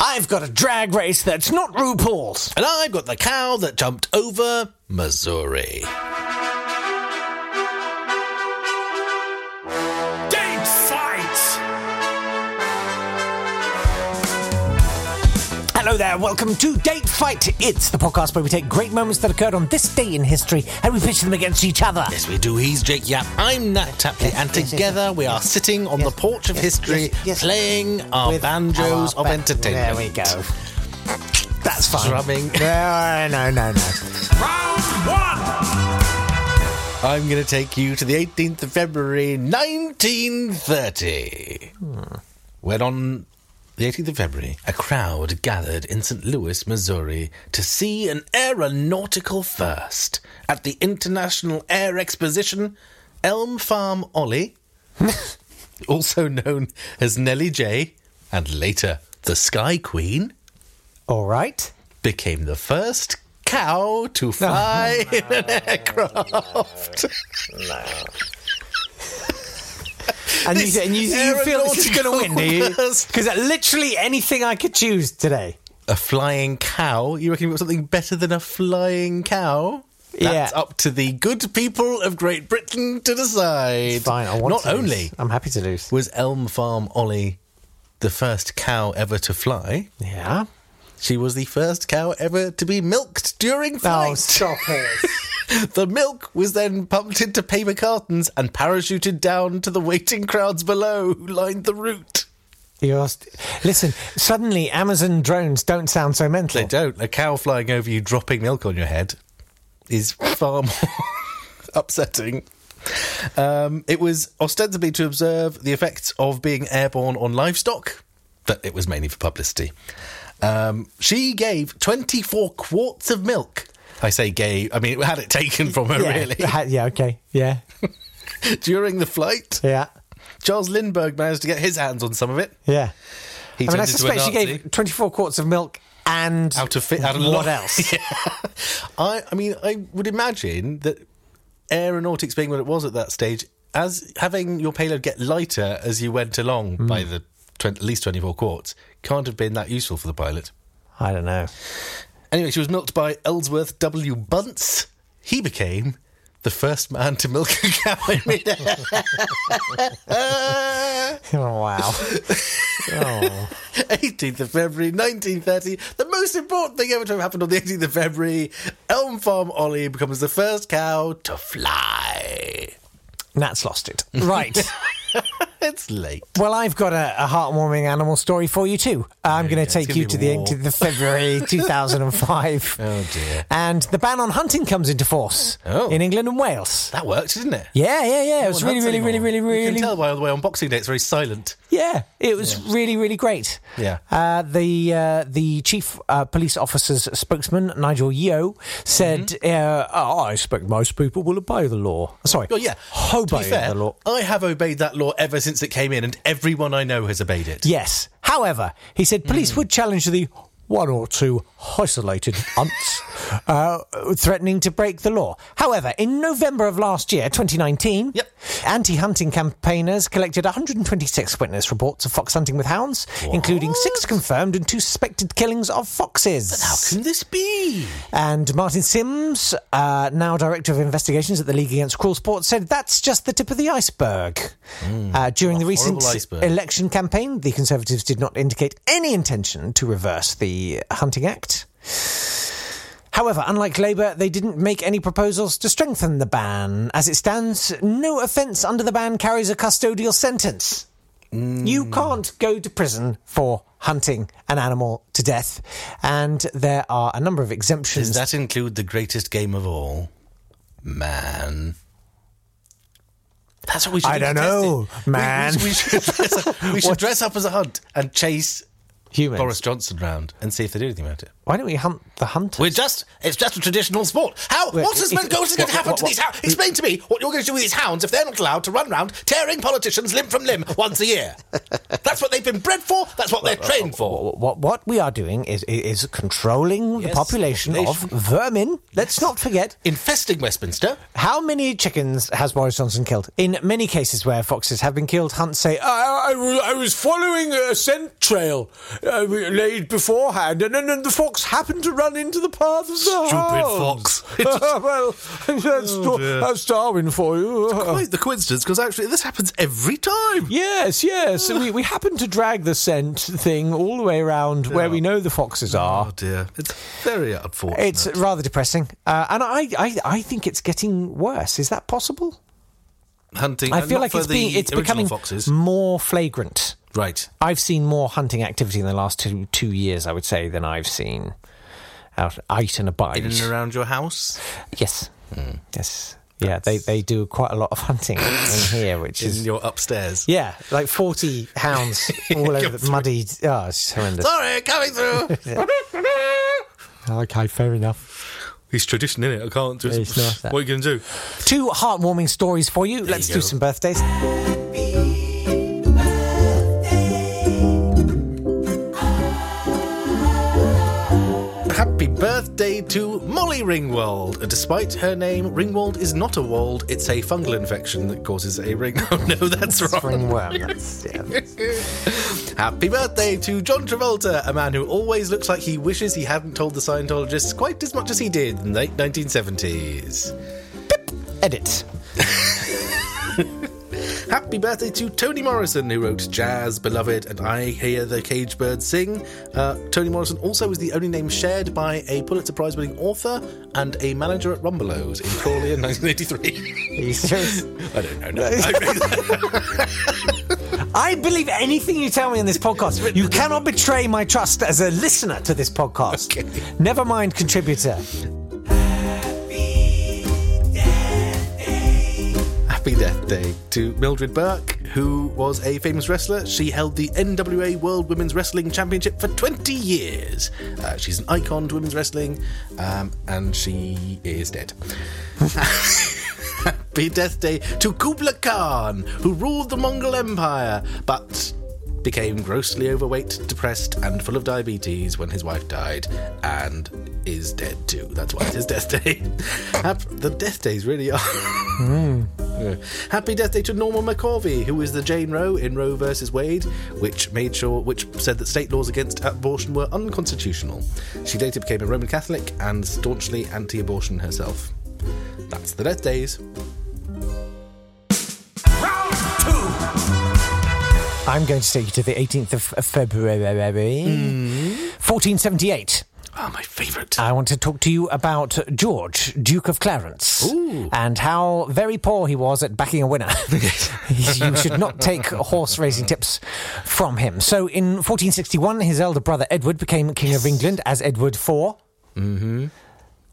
I've got a drag race that's not RuPaul's. And I've got the cow that jumped over Missouri. Game fight! Hello there, welcome to Date Fight. It's the podcast where we take great moments that occurred on this day in history and we pitch them against each other. Yes, we do. He's Jake Yap. I'm Nat Tapley. Yes, and yes, yes, together yes, we are yes, sitting on yes, the porch of yes, history yes, yes. playing our With banjos our of ba- entertainment. There we go. That's fine. Drumming. No, no, no, no. Round one! I'm going to take you to the 18th of February, 1930. When on the 18th of February, a crowd gathered in St. Louis, Missouri, to see an aeronautical first at the International Air Exposition, Elm Farm Ollie, also known as Nellie J, and later the Sky Queen, All right. became the first cow to fly in an aircraft. And This you, and you, you feel this is going to win, do you? aeronautical Because literally anything I could choose today. a flying cow. You reckon you've got something better than a flying cow? That's Yeah. up to the good people of Great Britain to decide. Fine, I want Not to lose. only I'm happy to lose. was Elm Farm Ollie the first cow ever to fly, Yeah. she was the first cow ever to be milked during Oh, flight. stop it. the milk was then pumped into paper cartons and parachuted down to the waiting crowds below who lined the route. You're st- Listen, suddenly Amazon drones don't sound so mental. They don't. A cow flying over you dropping milk on your head is far more upsetting. Um, it was ostensibly to observe the effects of being airborne on livestock, but it was mainly for publicity. Um, she gave 24 quarts of milk. I say gave, I mean, had it taken from her, yeah. really, Ha- Yeah, okay. Yeah. during the flight. Yeah. Charles Lindbergh managed to get his hands on some of it. Yeah. He I mean, I turned into a suspect she Nazi. gave 24 quarts of milk and. out of fit out of What lo- else? Yeah. I I mean I would imagine that aeronautics being what it was at that stage, as having your payload get lighter as you went along Hmm. by the twen- at least twenty four quarts can't have been that useful for the pilot. I don't know. Anyway, she was milked by Ellsworth W. Bunce. He became the first man to milk a cow in midair. Oh, wow. oh. 18th of February 1930. The most important thing ever to have happened on the 18th of February. Elm Farm Ollie becomes the first cow to fly. Nat's lost it. Right. It's late. Well, I've got a, a heartwarming animal story for you too. I'm going go. to It's take gonna you be to the war. 18th of February 2005. Oh, dear. And the ban on hunting comes into force Oh. in England and Wales. That worked, didn't it? Yeah, yeah, yeah. It was really, Well, really, that's really, really, anymore. really, You can tell by the way on Boxing Day it's very silent. yeah. It was really, really great. Yeah. Uh, the uh, the chief uh, police officer's spokesman Nigel Yeo said, uh, oh, "I expect most people will obey the law." Sorry. Mm-hmm. Well, yeah. Obey to be fair, the law. I have obeyed that law ever since it came in, and everyone I know has obeyed it. Yes. However, he said Hmm. police would challenge the one or two isolated hunts uh, threatening to break the law. However, in November of last year, 2019, Yep. anti hunting campaigners collected 126 witness reports of fox hunting with hounds, including six confirmed and two suspected killings of foxes. How can this be? And Martin Sims, uh, now Director of Investigations at the League Against Cruel Sport, said that's just the tip of the iceberg. uh, during the recent Hmm, horrible iceberg. election campaign, the Conservatives did not indicate any intention to reverse the Hunting Act. However, unlike Labour, they didn't make any proposals to strengthen the ban. As it stands, no offence under the ban carries a custodial sentence. You Hmm. can't go to prison for hunting an animal to death. And there are a number of exemptions. Does that include the greatest game of all? Man. That's what we should I do to don't test it. know, We- we- man. We, should, dress up, we should dress up as a hunt and chase humans. Boris Johnson round and see if they do anything about it. Why don't we hunt the hunters? We're just, it's just a traditional sport. How, Wait, what is, it- going it- what is going to what- happen what- to these hounds? Explain to me what you're going to do with these hounds if they're not allowed to run round tearing politicians limb from limb once a year. That's what they've been bred for, that's what they're uh, trained for. what, what- what we are doing is is controlling the Yes, population, population. of vermin. Let's not forget Infesting Westminster. how many chickens has Boris Johnson killed? In many cases where foxes have been killed, Hunt say, "I, I, wa- I was following a scent trail uh, laid beforehand, and then and the fox happened to run into the path of the Stupid fox. It's well, that's, Dar- dear. that's Darwin for you. Quite the coincidence, because actually this happens every time. Yes, yes. and we, we happen to drag the scent thing all the way around where we know the foxes are. Oh dear, it's very unfortunate. It's rather depressing, uh, and I, I, I think it's getting worse. Is that possible? hunting. I uh, feel not like for it's the being, it's original becoming foxes. more flagrant. Right. I've seen more hunting activity in the last two two years, I would say, than I've seen out out and abide. In and around your house. yes, yes, yeah. They they do quite a lot of hunting in here, which In is your upstairs. yeah, like forty hounds all over the muddy. Oh, it's horrendous. Sorry, coming through. Okay, fair enough. it's tradition, isn't it? I can't just. It's nice, that. what are you going to do? Two heartwarming stories for you. Let's you do go. some birthdays. Happy birthday to Molly Ringwald. Despite her name, Ringwald is not a wald. It's a fungal infection that causes a ring. Oh no, that's wrong. Ringworm. That's, yeah. Happy birthday to John Travolta, a man who always looks like he wishes he hadn't told the Scientologists quite as much as he did in the late 1970s. Edit. Happy birthday to Toni Morrison, who wrote Jazz, Beloved, and I Hear the Cage Bird Sing. Uh, Toni Morrison also is the only name shared by a Pulitzer Prize winning author and a manager at Rumbelows in Crawley in 1983. Are you serious? I don't know. No, I- I believe anything you tell me on this podcast. You cannot betray my trust as a listener to this podcast. Okay. Never mind, contributor. Happy Death Day to Mildred Burke, who was a famous wrestler. She held the NWA World Women's Wrestling Championship for 20 years. Uh, she's an icon to women's wrestling, um, and she is dead. Happy Death Day to Kublai Khan, who ruled the Mongol Empire, but became grossly overweight, depressed, and full of diabetes when his wife died, and is dead too. That's why it is Death Day. Hap- the Death Days really are. Yeah. Uh, Happy Death Day to Norman McCorvey, who is the Jane Roe in Roe versus Wade, which made sure, which said that state laws against abortion were unconstitutional. She later became a Roman Catholic and staunchly anti-abortion herself. That's the Death Days. Round two. I'm going to take you to the 18th of of February, 1478. Ah, my favourite. I want to talk to you about George, Duke of Clarence, and how very poor he was at backing a winner. you should not take horse racing tips from him. So, in 1461, his elder brother Edward became King of England as Edward IV,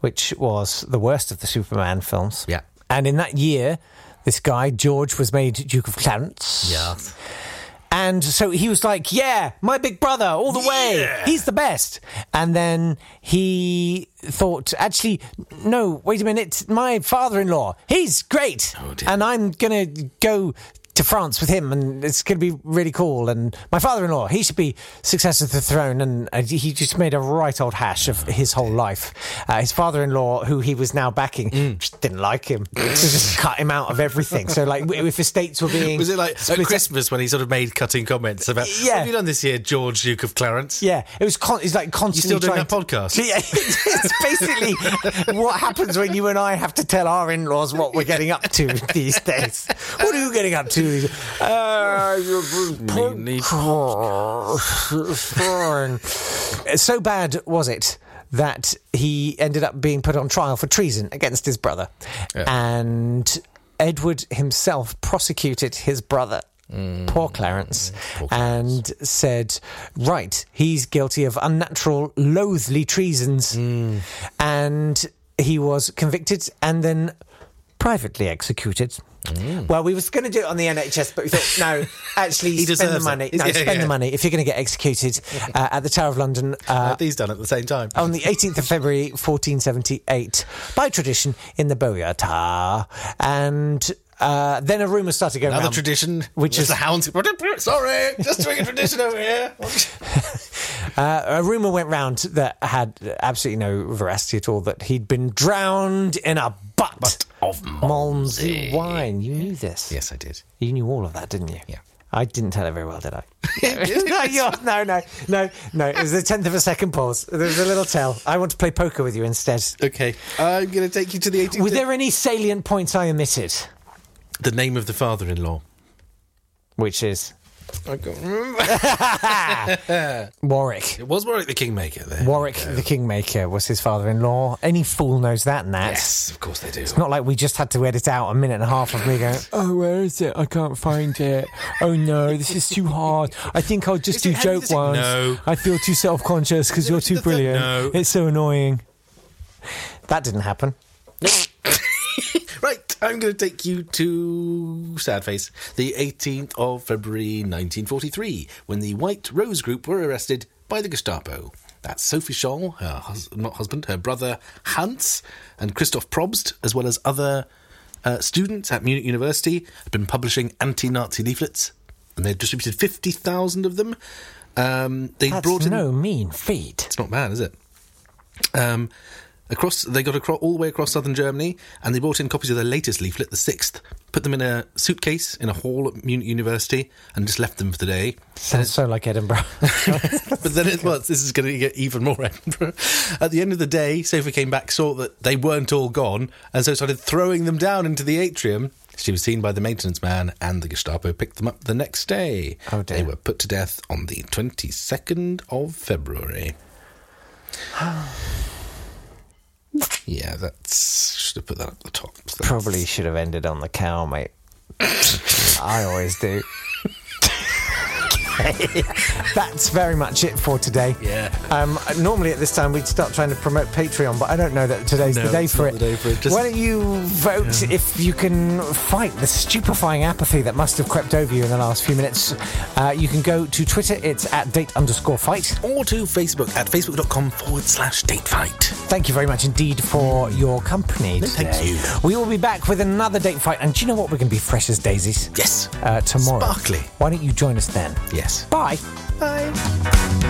which was the worst of the Superman films. Yeah. And in that year, this guy, George, was made Duke of Clarence. And so he was like, Yeah, my big brother, all the way. Yeah. He's the best. And then he thought, Actually, no, wait a minute. My father in law, he's great. Oh, dear. and I'm going to go to France with him and it's going to be really cool. And my father in law, he should be successor to the throne. And uh, he just made a right old hash of his whole life. Uh, his father in law, who he was now backing, Mm. just didn't like him. so just cut him out of everything. So, like, w- if estates were being. Was it like uh, split at up- Christmas when he sort of made cutting comments about Yeah. what have you done this year, George Duke of Clarence? Yeah, it was. Con- it's like constantly still doing trying that to- podcast? Yeah, it's basically what happens when you and I have to tell our in-laws what we're getting up to these days. What are you getting up to? these- Uh, you're- need- Oh, so bad was it that he ended up being put on trial for treason against his brother, and Edward himself prosecuted his brother. Mm. Poor Clarence, and said, Right, he's guilty of unnatural, Mm. loathly treasons. And he was convicted and then privately executed. Well, we was going to do it on the NHS, but we thought, no, actually, spend the deserves it. money. No, Yeah, spend yeah. the money. If you're going to get executed uh, at the Tower of London uh, Had these done at the same time. on the 18th of February 1478, by tradition, in the Boyata. And uh, then a rumour started going Another around. tradition, Which It's is- the hounds. Sorry, just doing a tradition over here. Uh, a rumour went round that had absolutely no veracity at all that he'd been drowned in a butt, of Malmsey wine. You knew this. Yes, I did. You knew all of that, didn't you? Yeah. I didn't tell it very well, did I? no, you're, no, no, no, no. It was a tenth of a second pause. There was a little tell. I want to play poker with you instead. Okay, I'm going to take you to the 18th. Were there any salient points I omitted? The name of the father-in-law. Which is I Hmm? can't remember. Warwick. It was Warwick the Kingmaker there. Warwick the Kingmaker was his father-in-law. Any fool knows that, Nat. Yes, of course they do. Not like we just had to edit out a minute and a half of me going, Oh, where is it? I can't find it. Oh no, this is too hard. I think I'll just Is do it- how- joke is it- ones. No. I feel too self conscious because you're too brilliant. No. It's so annoying. that didn't happen. Right, I'm going to take you to Sadface, the 18th of February 1943, when the White Rose Group were arrested by the Gestapo. That's Sophie Scholl, her hus- not husband, her brother Hans, and Christoph Probst, as well as other uh, students at Munich University, had been publishing anti-Nazi leaflets, and they distributed 50,000 of them. Um, they That's brought in no mean feat. it's not bad, is it? Um, across, they got across, all the way across southern Germany, and they brought in copies of their latest leaflet, the sixth. Put them in a suitcase in a hall at Munich University, and just left them for the day. Sounds so like Edinburgh. but then it was. This is going to get even more. Edinburgh. At the end of the day, Sophie came back, saw that they weren't all gone, and so started throwing them down into the atrium. She was seen by the maintenance man, and the Gestapo picked them up the next day. Oh, dear. They were put to death on the twenty second of February. yeah, that's should have put that up the top. That's- Probably should have ended on the cow, mate. I always do. Okay. That's very much it for today. Yeah. Um, normally at this time we'd start trying to promote Patreon, but I don't know that today's No, the day it's for not it. the day for it. Just- Why don't you vote if you can fight the stupefying apathy that must have crept over you in the last few minutes? Uh, you can go to Twitter. It's at date underscore fight. Or to Facebook at facebook.com forward slash date fight. Thank you very much indeed for your company today. thank you. We will be back with another date fight, and do you know what? We're going to be fresh as daisies. Yes. Uh, tomorrow. Sparkly. Why don't you join us then? Yes. Bye. Bye.